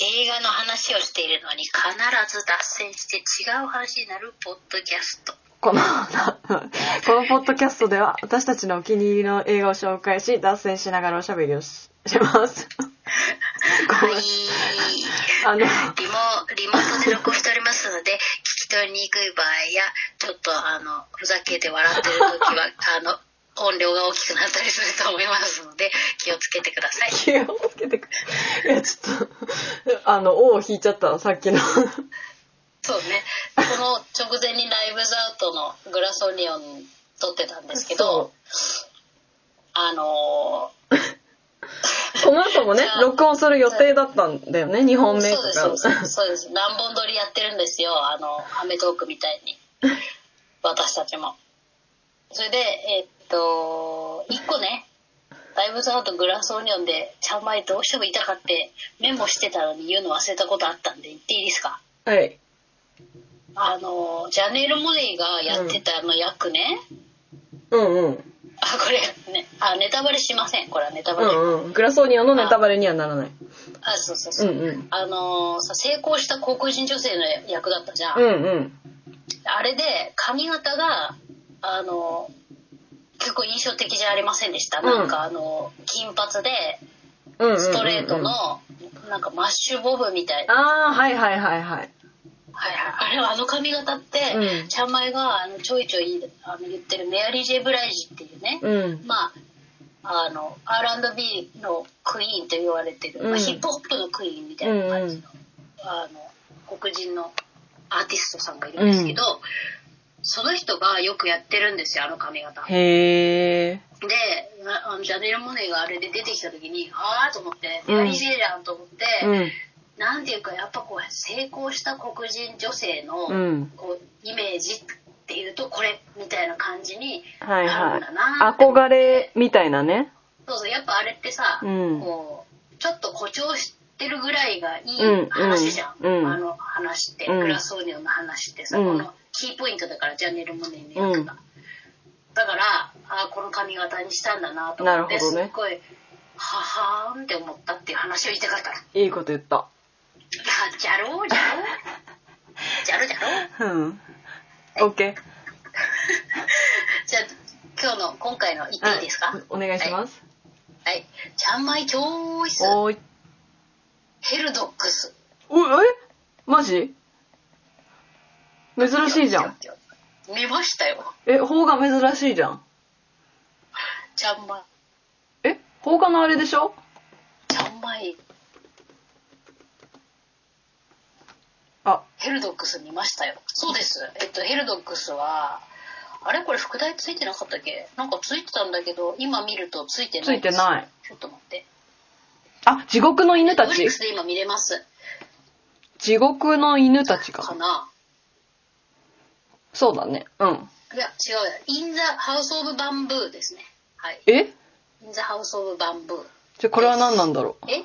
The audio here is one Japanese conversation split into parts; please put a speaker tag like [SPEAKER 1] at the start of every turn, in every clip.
[SPEAKER 1] 映画の話をしているのに必ず脱線して違う話になるポッドキャスト。
[SPEAKER 2] この、 このポッドキャストでは、私たちのお気に入りの映画を紹介し、脱線しながらおしゃべりをしし ます。ご
[SPEAKER 1] は
[SPEAKER 2] めん
[SPEAKER 1] い。
[SPEAKER 2] あの、
[SPEAKER 1] リモ、リモートで録音しておりますので、聞き取りにくい場合や、ちょっとあの、ふざけて笑ってる時は、あの、 音量が大きくなったりすると思いますので、気をつけてください。
[SPEAKER 2] 気をつけてくいや、ちょっと、あの、尾を引いちゃった、さっきの。
[SPEAKER 1] そうね。この直前にライブズアウトのグラスオニオン撮ってたんですけど、あの
[SPEAKER 2] そうこの後もね
[SPEAKER 1] じゃ、あ
[SPEAKER 2] 録音する予定だったんだよね、2本目と
[SPEAKER 1] そうです、そう
[SPEAKER 2] か。
[SPEAKER 1] です。そうです。何本撮りやってるんですよ。あの、アメトークみたいに。私たちも。それで、えっと、一個ね、ライブズアウトグラスオニオンで、ちゃんまいどうしても痛かってメモしてたのに言うの忘れたことあったんで、言っていいですか
[SPEAKER 2] はい。
[SPEAKER 1] あの、ジャネール・モネイがやってたあの役ね、
[SPEAKER 2] うんうん。
[SPEAKER 1] あ、これ、ね、あ、ネタバレしません。これはネタバ
[SPEAKER 2] う
[SPEAKER 1] レ。
[SPEAKER 2] んうん。グラソーニアのネタバレにはならない。
[SPEAKER 1] あ、そうそう
[SPEAKER 2] う
[SPEAKER 1] そう。
[SPEAKER 2] んうん。
[SPEAKER 1] あのさ、成功した高校人女性の役だったじゃ
[SPEAKER 2] うんうん。
[SPEAKER 1] あれで髪型があの結構印象的じゃありませんでした、
[SPEAKER 2] うん
[SPEAKER 1] なんかあの金髪で
[SPEAKER 2] うんうんうんうん
[SPEAKER 1] ストレートの、なんかマッシュボブみたいな、
[SPEAKER 2] ああ、はいはいはいはい。
[SPEAKER 1] はいはい、あれはあの髪型って、
[SPEAKER 2] うん
[SPEAKER 1] ちゃんまいがあのちょいちょいあの言ってるメアリー・ジェ・ブライジっていうね、
[SPEAKER 2] うん。
[SPEAKER 1] まああの R&B のクイーンと言われてる、
[SPEAKER 2] うん
[SPEAKER 1] まあ、ヒップホップのクイーンみたいな感じの,、あの黒人のアーティストさんがいるんですけど、その人がよくやってるんですよあの髪型。
[SPEAKER 2] へえ。
[SPEAKER 1] でああのジャネル・モネがあれで出てきた時にああと思ってメアリー・ジェイランと思って、
[SPEAKER 2] うん。
[SPEAKER 1] なんていうかやっぱこう成功した黒人女性の、
[SPEAKER 2] うん。
[SPEAKER 1] こうイメージっていうとこれみたいな感じに
[SPEAKER 2] はい
[SPEAKER 1] な
[SPEAKER 2] は
[SPEAKER 1] るんだなっ
[SPEAKER 2] い。
[SPEAKER 1] て思って
[SPEAKER 2] 憧れみたいなね。
[SPEAKER 1] そうそうやっぱあれってさ、
[SPEAKER 2] うん
[SPEAKER 1] こうちょっと誇張してるぐらいがい
[SPEAKER 2] うん
[SPEAKER 1] い話じゃん、
[SPEAKER 2] うん
[SPEAKER 1] あの話って、
[SPEAKER 2] うん
[SPEAKER 1] グラスオーニオンの話ってさ、
[SPEAKER 2] うん
[SPEAKER 1] このキーポイントだからジャネル・モネの役が、だからあーこの髪型にしたんだなと思って
[SPEAKER 2] なるほどね
[SPEAKER 1] すっごいははーんって思ったっていう話を言いたかったいや
[SPEAKER 2] いいこと言った。
[SPEAKER 1] じゃろうじゃろうじゃろうじゃろう
[SPEAKER 2] うん。オッケー。
[SPEAKER 1] じゃあ今日の今回の言っていいですか、
[SPEAKER 2] はいお願いします。
[SPEAKER 1] はいちゃんまい教室
[SPEAKER 2] おーい。
[SPEAKER 1] ヘルドックス
[SPEAKER 2] おえマジ珍しいじゃん。
[SPEAKER 1] 見ましたよ
[SPEAKER 2] え、邦画珍しいじゃん。
[SPEAKER 1] ちゃんまい
[SPEAKER 2] え邦画のあれでしょ
[SPEAKER 1] ちゃんまい
[SPEAKER 2] あ、
[SPEAKER 1] ヘルドックス見ましたよそうですえっとヘルドックスはあれこれ副題ついてなかったっけなんかついてたんだけど今見るとついてな
[SPEAKER 2] つ
[SPEAKER 1] い
[SPEAKER 2] いて
[SPEAKER 1] です
[SPEAKER 2] ない。
[SPEAKER 1] ちょっと待って
[SPEAKER 2] あ、地獄の犬た
[SPEAKER 1] ブリ
[SPEAKER 2] ち
[SPEAKER 1] ック。スで今見れます
[SPEAKER 2] 地獄の犬たち
[SPEAKER 1] か
[SPEAKER 2] か。
[SPEAKER 1] な
[SPEAKER 2] そうだね。うん。
[SPEAKER 1] いや違うや In the House of Bamboo ですねはい
[SPEAKER 2] え
[SPEAKER 1] In the House of Bamboo
[SPEAKER 2] じゃあこれは何なんだろう
[SPEAKER 1] え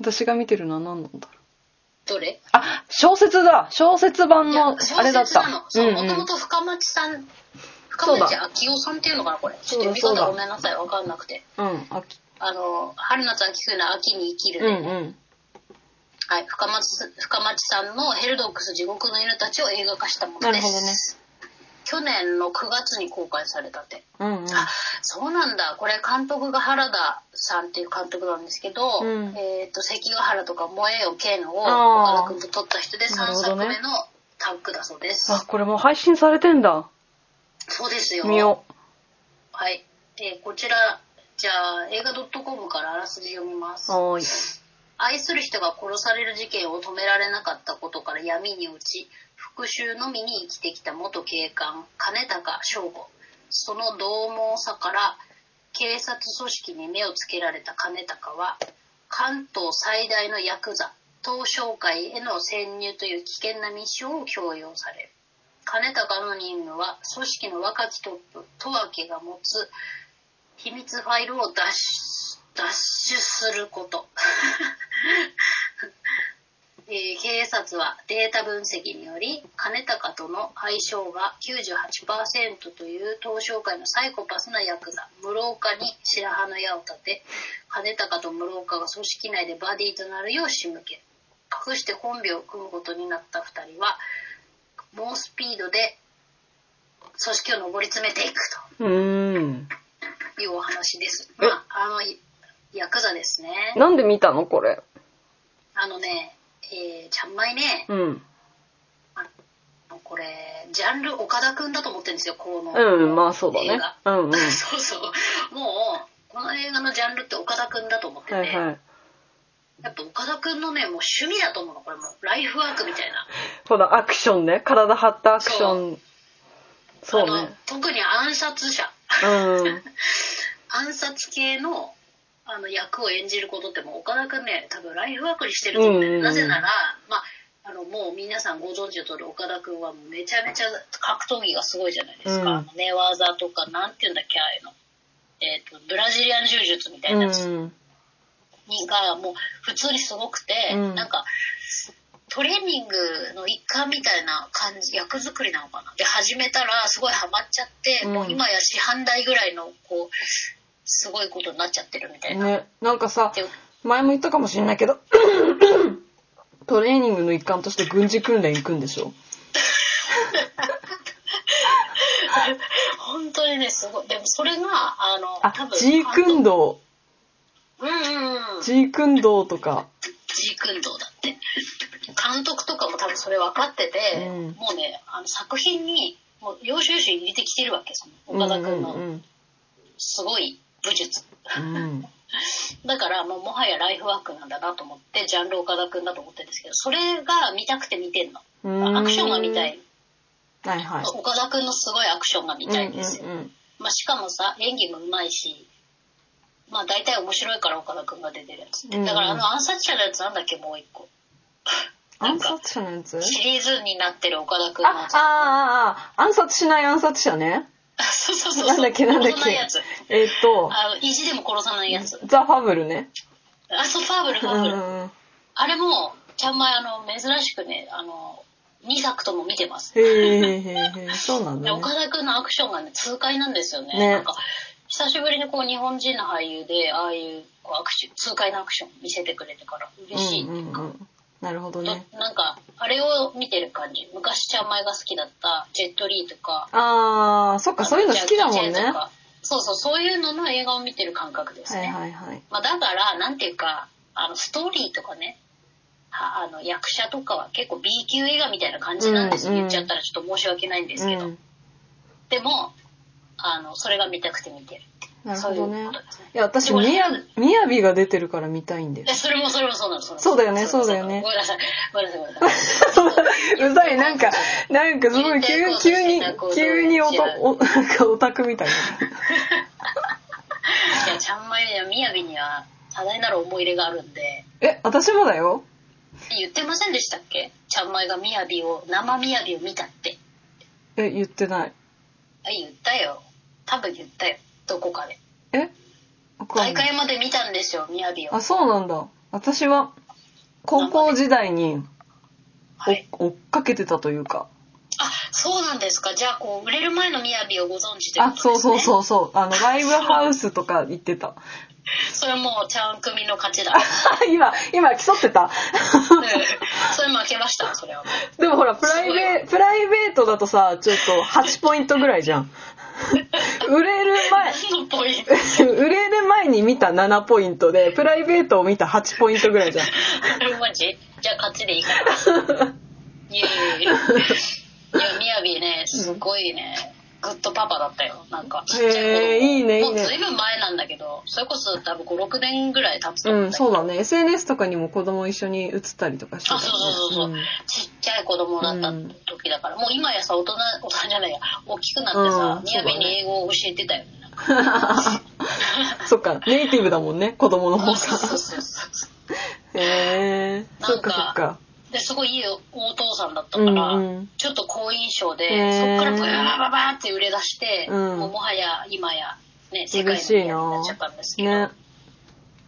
[SPEAKER 2] 私が見てるのは何なんだろう
[SPEAKER 1] どれ
[SPEAKER 2] あ、小説だ小説版
[SPEAKER 1] い
[SPEAKER 2] の
[SPEAKER 1] や
[SPEAKER 2] あ
[SPEAKER 1] 小
[SPEAKER 2] れだっ
[SPEAKER 1] 説
[SPEAKER 2] た。
[SPEAKER 1] なのそうも
[SPEAKER 2] ん
[SPEAKER 1] と
[SPEAKER 2] う
[SPEAKER 1] も
[SPEAKER 2] ん。
[SPEAKER 1] と深町さん
[SPEAKER 2] そ
[SPEAKER 1] 深
[SPEAKER 2] うだ
[SPEAKER 1] 町秋夫さんっていうのかなこれちょっと読み
[SPEAKER 2] そうだ
[SPEAKER 1] 方
[SPEAKER 2] そうだ
[SPEAKER 1] ごめんなさいわかんなくて
[SPEAKER 2] うん、あき
[SPEAKER 1] あの春夏秋冬の秋に生きる
[SPEAKER 2] う
[SPEAKER 1] で、
[SPEAKER 2] んうん。
[SPEAKER 1] はい、深松深町さんの「ヘルドックス地獄の犬たち」を映画化したもの
[SPEAKER 2] なる
[SPEAKER 1] で
[SPEAKER 2] ほどね
[SPEAKER 1] す、去年の9月に公開されたって、
[SPEAKER 2] うんうん。
[SPEAKER 1] あそうなんだこれ監督が原田さんっていう監督なんですけど、
[SPEAKER 2] うん
[SPEAKER 1] えっと関ヶ原とか「燃えよ剣」を
[SPEAKER 2] あー
[SPEAKER 1] 岡田君と撮った人で
[SPEAKER 2] なる
[SPEAKER 1] 3
[SPEAKER 2] ほど
[SPEAKER 1] 作
[SPEAKER 2] ね
[SPEAKER 1] 目のタッグだそうです、
[SPEAKER 2] あ、これもう配信されてんだ。
[SPEAKER 1] そうですよ
[SPEAKER 2] 見よ
[SPEAKER 1] はい、えーこちらじゃあ映画 .com からあらすじ読みます
[SPEAKER 2] う。おーい。
[SPEAKER 1] 愛する人が殺される事件を止められなかったことから闇に落ち復讐のみに生きてきた元警官金高翔吾その獰猛さから警察組織に目をつけられた金高は関東最大のヤクザ東商会への潜入という危険なミッションを強要される金高の任務は組織の若きトップ十明が持つ秘密ファイルを脱出脱出すること、えー警察はデータ分析により金高との相性が98%という東証界のサイコパスなヤクザ室岡に白羽の矢を立て金高と室岡が組織内でバディとなるよう仕向け隠してコンビを組むことになった2人は猛スピードで組織を上り詰めていく
[SPEAKER 2] うーん。
[SPEAKER 1] というお話です。
[SPEAKER 2] え
[SPEAKER 1] まあ、あのヤクザですね。
[SPEAKER 2] なんで見たのこれ。
[SPEAKER 1] あのね、えー、ちゃんまいね、
[SPEAKER 2] うん。
[SPEAKER 1] これジャンル岡田君だと思ってるんですよこの
[SPEAKER 2] うん、まあそうだ
[SPEAKER 1] 映
[SPEAKER 2] ね
[SPEAKER 1] 画。
[SPEAKER 2] うんうん。は
[SPEAKER 1] そうそうもうこの映画のジャンルって岡田君だと思ってて、
[SPEAKER 2] いはい。
[SPEAKER 1] やっぱ岡田君のねもう趣味だと思うのこれもうライフワークみたいな
[SPEAKER 2] このアクションね。体張ったアクション。そう
[SPEAKER 1] あの
[SPEAKER 2] ね。
[SPEAKER 1] 特に暗殺者
[SPEAKER 2] うん。
[SPEAKER 1] 暗殺系のあの役を演じることってもう岡田君ね多分ライフワークにしてると思うね、
[SPEAKER 2] うんうんうん
[SPEAKER 1] なぜならまああのもう皆さんご存知の通り岡田君はもうめちゃめちゃ格闘技がすごいじゃないですか、
[SPEAKER 2] うん
[SPEAKER 1] あの寝技とかなんていうんだっけああいうの、えっとブラジリアン柔術みたい なやつ
[SPEAKER 2] うん。
[SPEAKER 1] にがもう普通にすごくて、
[SPEAKER 2] うん
[SPEAKER 1] なんかトレーニングの一環みたいな感じ役作りなのかなで始めたらすごいハマっちゃって、
[SPEAKER 2] うん
[SPEAKER 1] もう今や師範代ぐらいのこうすごいことになっちゃってるみたいな。
[SPEAKER 2] ね。なんかさ、
[SPEAKER 1] で
[SPEAKER 2] 前も言ったかもしれない けど、トレーニングの一環として軍事訓練行くんでしょ
[SPEAKER 1] 本当にねすごいでもそれがあの
[SPEAKER 2] あ、G
[SPEAKER 1] 運
[SPEAKER 2] 訓動。
[SPEAKER 1] うんうんうん
[SPEAKER 2] G 訓動とか。
[SPEAKER 1] G 君堂だって監督とかも多分それ分かってて、
[SPEAKER 2] うん
[SPEAKER 1] もうねあの作品にもう要所要所に入れてきてるわけその岡田君
[SPEAKER 2] う
[SPEAKER 1] の
[SPEAKER 2] ん
[SPEAKER 1] すごい武術、
[SPEAKER 2] うんうん。
[SPEAKER 1] だからもうもはやライフワークなんだなと思ってジャンル岡田君だと思ってるんですけどそれが見たくて見てんの
[SPEAKER 2] うん
[SPEAKER 1] アクションが見たい。
[SPEAKER 2] はいはい。
[SPEAKER 1] 岡田君のすごいアクションが見たいんですよ、
[SPEAKER 2] うんうんうん
[SPEAKER 1] まあ、しかもさ演技もうまいしまあ大体面白いから岡田君が出てるやつって、
[SPEAKER 2] うんうん
[SPEAKER 1] だからあの暗殺者のやつなんだっけもう一個なんか
[SPEAKER 2] 暗殺者のやつあ、
[SPEAKER 1] シリーズになってる岡田君の
[SPEAKER 2] あ
[SPEAKER 1] や、つ
[SPEAKER 2] あ、あ、あ、暗殺しない暗殺者ね。
[SPEAKER 1] そうそうそうそう
[SPEAKER 2] なんだっけなんだっ
[SPEAKER 1] 殺さないやつ
[SPEAKER 2] け。えっと、
[SPEAKER 1] あの意地でも殺さないやつ
[SPEAKER 2] ザ・ファブルね。
[SPEAKER 1] あそうファーブルフ
[SPEAKER 2] う
[SPEAKER 1] ァ
[SPEAKER 2] ん
[SPEAKER 1] ーブル、
[SPEAKER 2] うん。
[SPEAKER 1] あれもちゃんまいあの珍しくねあの2作とも見てます
[SPEAKER 2] へえへえへ え、そうなん
[SPEAKER 1] で
[SPEAKER 2] だね。
[SPEAKER 1] 岡田君のアクションがね痛快なんですよね
[SPEAKER 2] ね
[SPEAKER 1] なんか久しぶりにこう日本人の俳優でああいうこうアクシ痛快なアクション見せてくれてから嬉しいっ
[SPEAKER 2] う
[SPEAKER 1] てい
[SPEAKER 2] ん
[SPEAKER 1] う
[SPEAKER 2] う
[SPEAKER 1] か、
[SPEAKER 2] んうん。なるほど
[SPEAKER 1] と
[SPEAKER 2] ね。
[SPEAKER 1] なんかあれを見てる感じ昔ちゃんまいが好きだったジェットリーとか
[SPEAKER 2] ああ、そっか、そういうの好きだもん
[SPEAKER 1] ジ
[SPEAKER 2] ね。
[SPEAKER 1] ャッキーチェンと
[SPEAKER 2] は
[SPEAKER 1] かそうそうそういうのの映画を見てる感覚ですね、
[SPEAKER 2] いはいはい。
[SPEAKER 1] まあ、だからなんていうかあのストーリーとかねはあの役者とかは結構 B 級映画みたいな感じなんです、
[SPEAKER 2] うんうん
[SPEAKER 1] 言っちゃったらちょっと申し訳ないんですけど、
[SPEAKER 2] うん。
[SPEAKER 1] でもあのそれが見たくて見てる
[SPEAKER 2] なるほど
[SPEAKER 1] そういう
[SPEAKER 2] ね
[SPEAKER 1] こ。とですね
[SPEAKER 2] いや、私、みや、みやびが出てるから見たいんだよ
[SPEAKER 1] え。それもそれもそうなのそれも
[SPEAKER 2] そうだよね
[SPEAKER 1] れも
[SPEAKER 2] そうだよね
[SPEAKER 1] ごめんなさいごめんなさいごめんなさい
[SPEAKER 2] うざい、なんか、なんかすごい急、急に、急におと、お、 なんかオタクみたい
[SPEAKER 1] いやちゃんまいにはみやびには多大なる思い入れがあるんで
[SPEAKER 2] な。え、私もだよ。
[SPEAKER 1] 言ってませんでしたっけちゃんまいがみやびを生みやびを見たって
[SPEAKER 2] え、言ってない。
[SPEAKER 1] あ言ったよ多分言ったよどこかで
[SPEAKER 2] えわか
[SPEAKER 1] 大
[SPEAKER 2] んない。
[SPEAKER 1] 会まで見たんですよみやびを
[SPEAKER 2] あ、そうなんだ。私は、高校時代に
[SPEAKER 1] はい
[SPEAKER 2] 追っかけてたというか。
[SPEAKER 1] あそうなんですかじゃあこう売れる前のみやびをご存知という
[SPEAKER 2] あ、
[SPEAKER 1] ことです、ね、
[SPEAKER 2] そうそうそうそう。あの、ライブハウスとか行っ てた。
[SPEAKER 1] それもうちゃん組の勝ち だ
[SPEAKER 2] 今、今競ってた。
[SPEAKER 1] うんそれ負けましたそれはもう
[SPEAKER 2] でもほら、プライベート、プライベートだとさ、ちょっと8ポイントぐらいじゃ ん。売れる前、
[SPEAKER 1] 何のポイント
[SPEAKER 2] 売れる前に見た7ポイントでプライベートを見た8ポイントぐらいじゃん
[SPEAKER 1] マジじゃあ勝ちでいいかな いやいやいやいやみやびねすごいね、グッドパパだったよなんかちっちゃい頃
[SPEAKER 2] へーいいね
[SPEAKER 1] も
[SPEAKER 2] いうい
[SPEAKER 1] い
[SPEAKER 2] ね
[SPEAKER 1] ずいぶん前なんだけどそれこそ多分56年ぐらい経つと
[SPEAKER 2] う
[SPEAKER 1] 思うん
[SPEAKER 2] ん
[SPEAKER 1] だけど
[SPEAKER 2] そうだね SNS とかにも子供一緒に映ったりとかしてた
[SPEAKER 1] あ、そうそうそうそう、
[SPEAKER 2] ね
[SPEAKER 1] ちっちゃい子供だった時だから、もう今やさ、大人、大人じゃないや、大きくなってさ
[SPEAKER 2] う、ん
[SPEAKER 1] みやびに英語を教えてたよね。
[SPEAKER 2] うんそっかネイティブだもんね子供の 方
[SPEAKER 1] そうそう
[SPEAKER 2] が
[SPEAKER 1] そうそう。
[SPEAKER 2] へえそっかそ
[SPEAKER 1] な
[SPEAKER 2] っ
[SPEAKER 1] んか
[SPEAKER 2] か
[SPEAKER 1] で、すごいいいお父さんだったから、
[SPEAKER 2] うんうん
[SPEAKER 1] ちょっと好印象で、そ
[SPEAKER 2] へー
[SPEAKER 1] っからブーバババーって売れ出して、
[SPEAKER 2] うん
[SPEAKER 1] もうもはや今や、ね、世界の
[SPEAKER 2] 嬉
[SPEAKER 1] み
[SPEAKER 2] しい
[SPEAKER 1] やびにな
[SPEAKER 2] な
[SPEAKER 1] っちゃったんですけど、
[SPEAKER 2] ね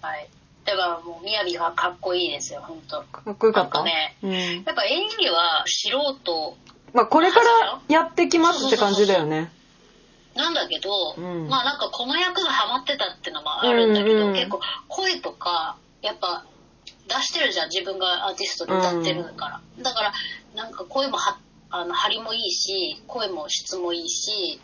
[SPEAKER 1] はい。だからもう、みやびがかっこいいですよ、本当
[SPEAKER 2] かっこよかっ
[SPEAKER 1] な
[SPEAKER 2] た。
[SPEAKER 1] んかね
[SPEAKER 2] うん。
[SPEAKER 1] やっぱ演技は素人
[SPEAKER 2] まあ、これからやってきますって感じだよね。
[SPEAKER 1] なんだけど、
[SPEAKER 2] うん
[SPEAKER 1] まあなんかこの役がハマってたってのもあるんだけど、
[SPEAKER 2] うんうん
[SPEAKER 1] 結構声とか、やっぱ出してるじゃん、自分がアーティストで歌ってるから。だから、なんか声もは、あの、張りもいいし、声も質もいいし、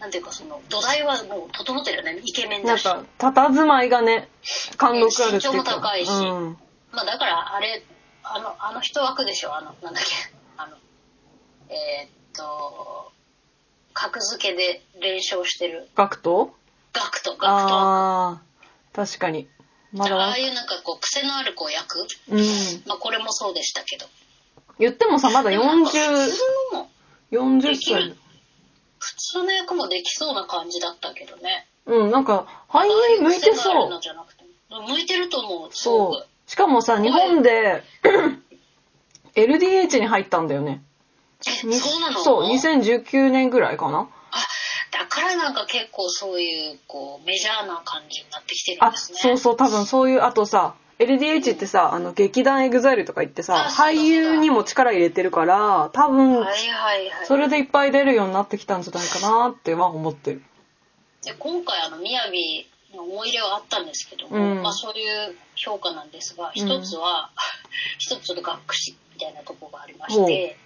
[SPEAKER 1] なんていうかその、土台はもう整ってるよね、イケメン
[SPEAKER 2] なん
[SPEAKER 1] だし。
[SPEAKER 2] か、佇まいがね、貫禄あるっていうか。
[SPEAKER 1] 身長も高いし
[SPEAKER 2] うん。
[SPEAKER 1] まあだから、あれ、あの、あの人枠でしょ、あの、なんだっけ、あの、えーっと、格付けで連勝してる、
[SPEAKER 2] 学徒
[SPEAKER 1] ガクト、ガクト枠。
[SPEAKER 2] ああ、確かに。まだ
[SPEAKER 1] あ
[SPEAKER 2] わ
[SPEAKER 1] あいうなんかこう癖のあるこう役、
[SPEAKER 2] うん。
[SPEAKER 1] まあ、これもそうでしたけど
[SPEAKER 2] 言ってもさ、まだ
[SPEAKER 1] でもなんか
[SPEAKER 2] 40
[SPEAKER 1] 普、通のも
[SPEAKER 2] 40
[SPEAKER 1] できる
[SPEAKER 2] 歳。
[SPEAKER 1] 普通の役もできそうな感じだったけどね
[SPEAKER 2] うん、なんか、俳優向い
[SPEAKER 1] 癖
[SPEAKER 2] て
[SPEAKER 1] があ
[SPEAKER 2] そ
[SPEAKER 1] る
[SPEAKER 2] う
[SPEAKER 1] の。じゃなくて向いてると思うすご
[SPEAKER 2] そ
[SPEAKER 1] く
[SPEAKER 2] う。しかもさ、日本で、LDH に入ったんだよね。
[SPEAKER 1] えそうなの
[SPEAKER 2] そう、2019年ぐらいかな。
[SPEAKER 1] だからなんか結構そういうこうメジャーな感じになってきてるん
[SPEAKER 2] あ、
[SPEAKER 1] ですね
[SPEAKER 2] そうそう、多分そういう、あとさ、LDH ってさ、あの、劇団エグザイルとか言ってさ、
[SPEAKER 1] あそうだ
[SPEAKER 2] 俳優にも力入れてるから、多分、
[SPEAKER 1] はいはいはい
[SPEAKER 2] それでいっぱい出るようになってきたんじゃないかなっては思ってる。
[SPEAKER 1] で今回あの宮城の思い入れはあったんですけども、
[SPEAKER 2] うん
[SPEAKER 1] まあ、そういう評価なんですが一つは、 一つの学士みたいなとこがありまして。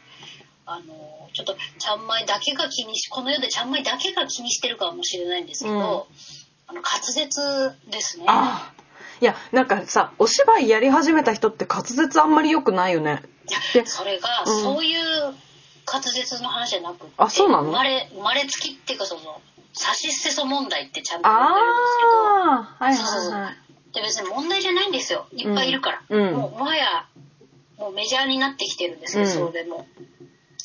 [SPEAKER 1] あのちょっとちゃんまいだけが気にしこの世でちゃんまいだけが気にしてるかもしれないんですけど、
[SPEAKER 2] うん
[SPEAKER 1] あの滑舌ですね
[SPEAKER 2] ああ。いや、なんかさ、お芝居やり始めた人って滑舌あんまり良くないよね。
[SPEAKER 1] いやそれが、
[SPEAKER 2] うん
[SPEAKER 1] そういう滑舌の話じゃなくて
[SPEAKER 2] あそうなの
[SPEAKER 1] 生まれ生まれつきっていうかその差し捨てそ問題ってちゃんと言われるんですけど
[SPEAKER 2] ああ、はい
[SPEAKER 1] そうそう
[SPEAKER 2] はい
[SPEAKER 1] そ
[SPEAKER 2] はい。
[SPEAKER 1] で別に問題じゃないんですよいっぱいいるから、
[SPEAKER 2] うん
[SPEAKER 1] もうもはやもうメジャーになってきてるんですけど、
[SPEAKER 2] うん
[SPEAKER 1] それも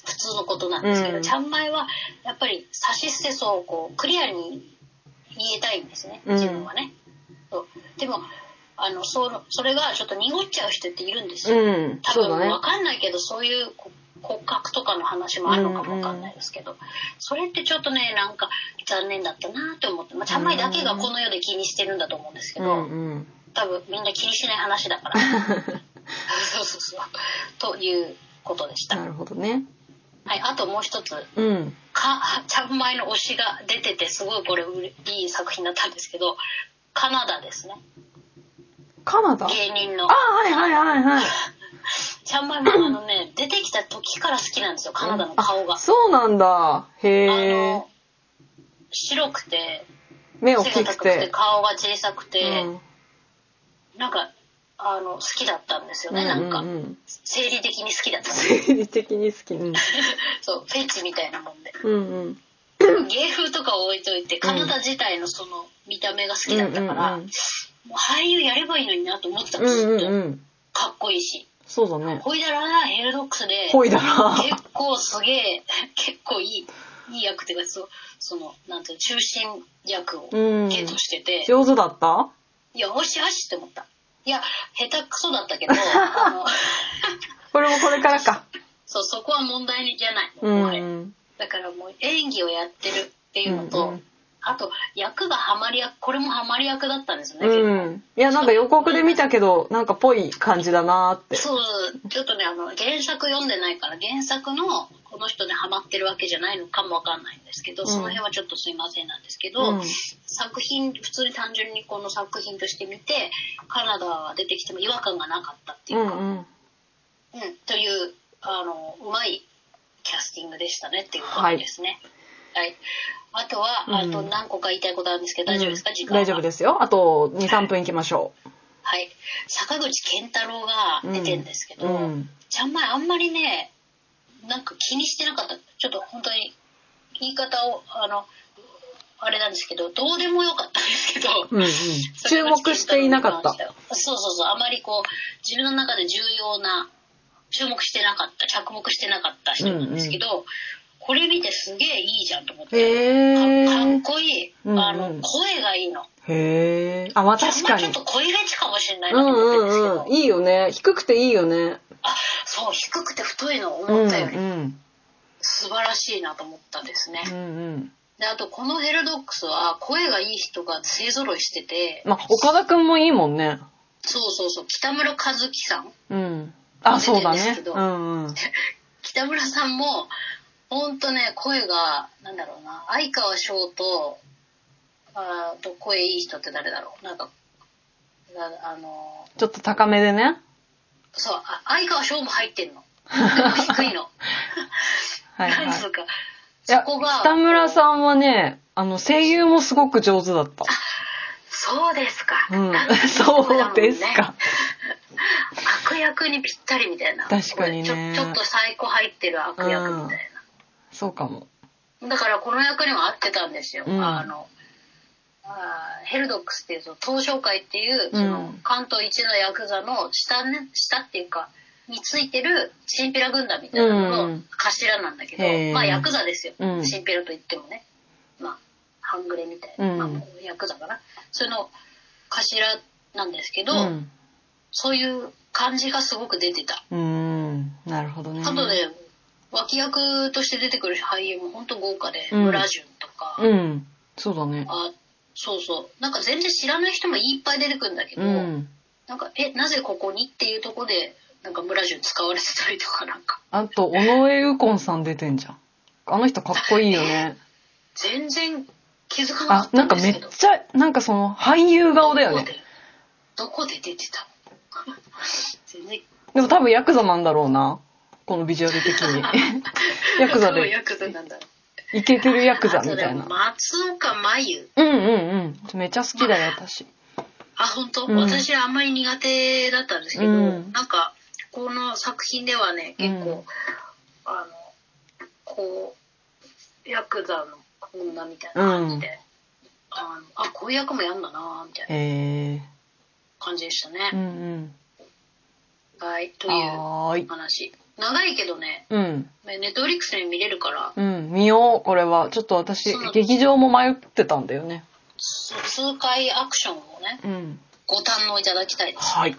[SPEAKER 1] 普通のことなんですけど、
[SPEAKER 2] うん
[SPEAKER 1] ちゃんまいはやっぱり差し捨てそうこうクリアに言えたいんですね
[SPEAKER 2] うん
[SPEAKER 1] 自分はね、そうでもあのそのそれがちょっと濁っちゃう人っているんですよ、
[SPEAKER 2] うん、
[SPEAKER 1] 多
[SPEAKER 2] そう
[SPEAKER 1] 分
[SPEAKER 2] だね
[SPEAKER 1] わ。かんないけどそういうこ骨格とかの話もあるのかもわかんないですけど、それってちょっとねなんか残念だったなって思って、まあ、ちゃんまいだけがこの世で気にしてるんだと思うんですけ
[SPEAKER 2] う
[SPEAKER 1] ど、
[SPEAKER 2] んうん。
[SPEAKER 1] 多分みんな気にしない話だから そうそうそうということでした、
[SPEAKER 2] なるほどね。
[SPEAKER 1] はい、あともう一つ
[SPEAKER 2] うん。
[SPEAKER 1] か ちゃんまいの推しが出ててすごいこれうれいい作品だったんですけどカナダですね
[SPEAKER 2] カナダあ
[SPEAKER 1] 芸人の
[SPEAKER 2] はいはいはいはい。
[SPEAKER 1] ちゃんまいもあのね 出てきた時から好きなんですよカナダの顔が
[SPEAKER 2] あ、そうなんだ。へ
[SPEAKER 1] あ
[SPEAKER 2] え
[SPEAKER 1] の。白くて
[SPEAKER 2] 目大
[SPEAKER 1] 背が
[SPEAKER 2] き
[SPEAKER 1] 高
[SPEAKER 2] く
[SPEAKER 1] くて
[SPEAKER 2] て。
[SPEAKER 1] 顔が小さくて、
[SPEAKER 2] うん
[SPEAKER 1] なんかあの好きだったんですよ
[SPEAKER 2] う
[SPEAKER 1] ね、
[SPEAKER 2] ん
[SPEAKER 1] な
[SPEAKER 2] うん
[SPEAKER 1] か
[SPEAKER 2] ん。
[SPEAKER 1] 生理的に好きだった
[SPEAKER 2] 生理的に好き。うん
[SPEAKER 1] そうフェチみたいなもんで
[SPEAKER 2] うんうん。
[SPEAKER 1] 芸風とか置いといてカナダ自体のその見た目が好きだったか
[SPEAKER 2] う
[SPEAKER 1] ら、
[SPEAKER 2] んうんうん
[SPEAKER 1] もう俳優やればいいのになと思ってたん
[SPEAKER 2] う
[SPEAKER 1] です
[SPEAKER 2] ん
[SPEAKER 1] よ、
[SPEAKER 2] うんうん。
[SPEAKER 1] かっこいいし
[SPEAKER 2] そうだね。
[SPEAKER 1] ほいだらヘルドックスで
[SPEAKER 2] ほいだら。
[SPEAKER 1] 結構すげえ結構いいいい役っていうかそそのなんていうの中心役を
[SPEAKER 2] うん
[SPEAKER 1] ゲットしてて、
[SPEAKER 2] 上手だった
[SPEAKER 1] いやよしよしって思ったいや下手くそだった けどあの
[SPEAKER 2] これもこれからか。
[SPEAKER 1] そうそこは問題じゃない、
[SPEAKER 2] う
[SPEAKER 1] もはや
[SPEAKER 2] ん。
[SPEAKER 1] だからもう演技をやってるっていうのと、
[SPEAKER 2] うんうん
[SPEAKER 1] あと役がハマり役これもハマり役だったんですよね、
[SPEAKER 2] うん。いや、なんか予告で見たけど、なんかぽい感じだなーって。
[SPEAKER 1] そうちょっとねあの原作読んでないから原作のこの人にハマってるわけじゃないのかもわかんないんですけど、
[SPEAKER 2] うん
[SPEAKER 1] その辺はちょっとすいませんなんですけど、
[SPEAKER 2] うん
[SPEAKER 1] 作品普通に単純にこの作品として見てカナダは出てきても違和感がなかったっていううんか、うん
[SPEAKER 2] うん。
[SPEAKER 1] というあのうまいキャスティングでしたねっていうことですね。はいあとは、
[SPEAKER 2] うん
[SPEAKER 1] あと何個か言いたいことあるんですけど大丈夫ですか、
[SPEAKER 2] うん
[SPEAKER 1] 時間は
[SPEAKER 2] 大丈夫ですよ。あと2、3分いきましょ
[SPEAKER 1] はい、坂口健太郎が出てんですけど、
[SPEAKER 2] うんうん
[SPEAKER 1] ちゃんまいあんまりねなんか気にしてなかったちょっと本当に言い方をあのあれなんですけどどうでもよかったんですけど、
[SPEAKER 2] う。 うんうん。注目していなかった。
[SPEAKER 1] そうそうそうあまりこう自分の中で重要な注目してなかった着目してなかった人なんですけど、これ見てすげえいいじゃんと思って、
[SPEAKER 2] へ
[SPEAKER 1] かかっ
[SPEAKER 2] ー。
[SPEAKER 1] こいい、
[SPEAKER 2] うんうん
[SPEAKER 1] あの声がいいの
[SPEAKER 2] へー。あ、まあ確か
[SPEAKER 1] ち
[SPEAKER 2] に
[SPEAKER 1] ょっ。と声フェチかもしれないうなと
[SPEAKER 2] ん
[SPEAKER 1] 思ってるんですけど、
[SPEAKER 2] うんうん。いいよね。低くていいよね。
[SPEAKER 1] あそう低くて太いの
[SPEAKER 2] うんう
[SPEAKER 1] 思
[SPEAKER 2] ん。
[SPEAKER 1] ったより
[SPEAKER 2] うん
[SPEAKER 1] 素晴らしいなと思ったんですね、
[SPEAKER 2] うん。
[SPEAKER 1] であとこのヘルドックスは声がいい人が勢ぞろいしてて
[SPEAKER 2] まあ岡田くんもいいもんね。
[SPEAKER 1] そうそうそう北村和樹さん
[SPEAKER 2] うん。あ、そうだ
[SPEAKER 1] 出てるんで
[SPEAKER 2] ね
[SPEAKER 1] すけ。ど
[SPEAKER 2] うんうん。
[SPEAKER 1] 北村さんもほんとね声がなんだろうな相川翔とあーと声いい人って誰だろうなんかなあの
[SPEAKER 2] ちょっと高めでね。
[SPEAKER 1] そうあ相川翔も入ってんのでも低いの
[SPEAKER 2] はいはい。
[SPEAKER 1] なんつうか
[SPEAKER 2] い
[SPEAKER 1] そ
[SPEAKER 2] や、
[SPEAKER 1] こが
[SPEAKER 2] 北村
[SPEAKER 1] ん
[SPEAKER 2] さんはね、あの、声優もすごく上手だった。
[SPEAKER 1] そうですか、
[SPEAKER 2] うん
[SPEAKER 1] なんか。
[SPEAKER 2] そうですか。
[SPEAKER 1] 悪役にぴったりみたいな
[SPEAKER 2] 確かにね
[SPEAKER 1] ちょちょっとサイコ入ってる悪役みたい
[SPEAKER 2] そうかも。
[SPEAKER 1] な、だからこの役にも合ってたんですよ、
[SPEAKER 2] うん
[SPEAKER 1] あのあーヘルドックスっていうその東証会っていう
[SPEAKER 2] うん
[SPEAKER 1] その関東一のヤクザの下,、ね、下っていうかについてるチンピラ軍団みたいなの
[SPEAKER 2] う
[SPEAKER 1] の
[SPEAKER 2] ん
[SPEAKER 1] 頭なんだけど、
[SPEAKER 2] へー
[SPEAKER 1] まあヤクザですよ、
[SPEAKER 2] うん
[SPEAKER 1] チンピラといってもねまあ半グレみたいな、
[SPEAKER 2] うん
[SPEAKER 1] まあ、ヤクザかなその頭なんですけど、
[SPEAKER 2] うん。
[SPEAKER 1] そういう感じがすごく出てた。
[SPEAKER 2] うーん。なるほどね。
[SPEAKER 1] あとね、脇役として出てくる俳優も本当豪華で、
[SPEAKER 2] うん
[SPEAKER 1] 村淳とか、
[SPEAKER 2] うん。そうだね。
[SPEAKER 1] あ、そうそう。なんか全然知らない人もいっぱい出てくるんだけど、
[SPEAKER 2] うん。
[SPEAKER 1] なんか、え、なぜここにっていうとこで、なんか村淳使われてたりとかなんか、
[SPEAKER 2] あと、尾上右近さん出てんじゃん。あの人かっこいい よね。
[SPEAKER 1] 全然気づかなか
[SPEAKER 2] あ
[SPEAKER 1] っ、
[SPEAKER 2] な
[SPEAKER 1] た
[SPEAKER 2] ん
[SPEAKER 1] んで
[SPEAKER 2] かめ
[SPEAKER 1] すけ
[SPEAKER 2] っ
[SPEAKER 1] ど。
[SPEAKER 2] ちゃ、なんかその、俳優顔だよね。
[SPEAKER 1] どこでどこで出てたの全然、
[SPEAKER 2] でも多分ヤクザなんだろうな。このビジュアル的 に。ヤクザ
[SPEAKER 1] そう
[SPEAKER 2] で、
[SPEAKER 1] ヤクザなんだろう。
[SPEAKER 2] イケてるヤクザ
[SPEAKER 1] あと
[SPEAKER 2] み
[SPEAKER 1] ね
[SPEAKER 2] たいな。
[SPEAKER 1] 松岡真優。
[SPEAKER 2] うんうんうん。めっちゃ好きだよ、私。
[SPEAKER 1] あ本当、
[SPEAKER 2] うん
[SPEAKER 1] 私あんまり苦手だったんですけど、
[SPEAKER 2] うん
[SPEAKER 1] なんかこの作品ではね結構、
[SPEAKER 2] うん
[SPEAKER 1] あのこうヤクザの女みたいな感じで、
[SPEAKER 2] うん
[SPEAKER 1] あのあこういう役もやんだなみたいな
[SPEAKER 2] へえ。
[SPEAKER 1] 感じでした
[SPEAKER 2] う
[SPEAKER 1] ね、
[SPEAKER 2] んうん。
[SPEAKER 1] はいという
[SPEAKER 2] はーい。
[SPEAKER 1] 話長いけどね
[SPEAKER 2] うん。
[SPEAKER 1] ネットフリックスで見れるから
[SPEAKER 2] うん。見よう、これは。ちょっと私
[SPEAKER 1] そう、
[SPEAKER 2] 劇場も迷ってたんだよね。
[SPEAKER 1] す痛快アクションをね
[SPEAKER 2] うん。
[SPEAKER 1] ご堪能いただきたいです
[SPEAKER 2] はい。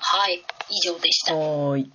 [SPEAKER 1] はい以上でした
[SPEAKER 2] はーい。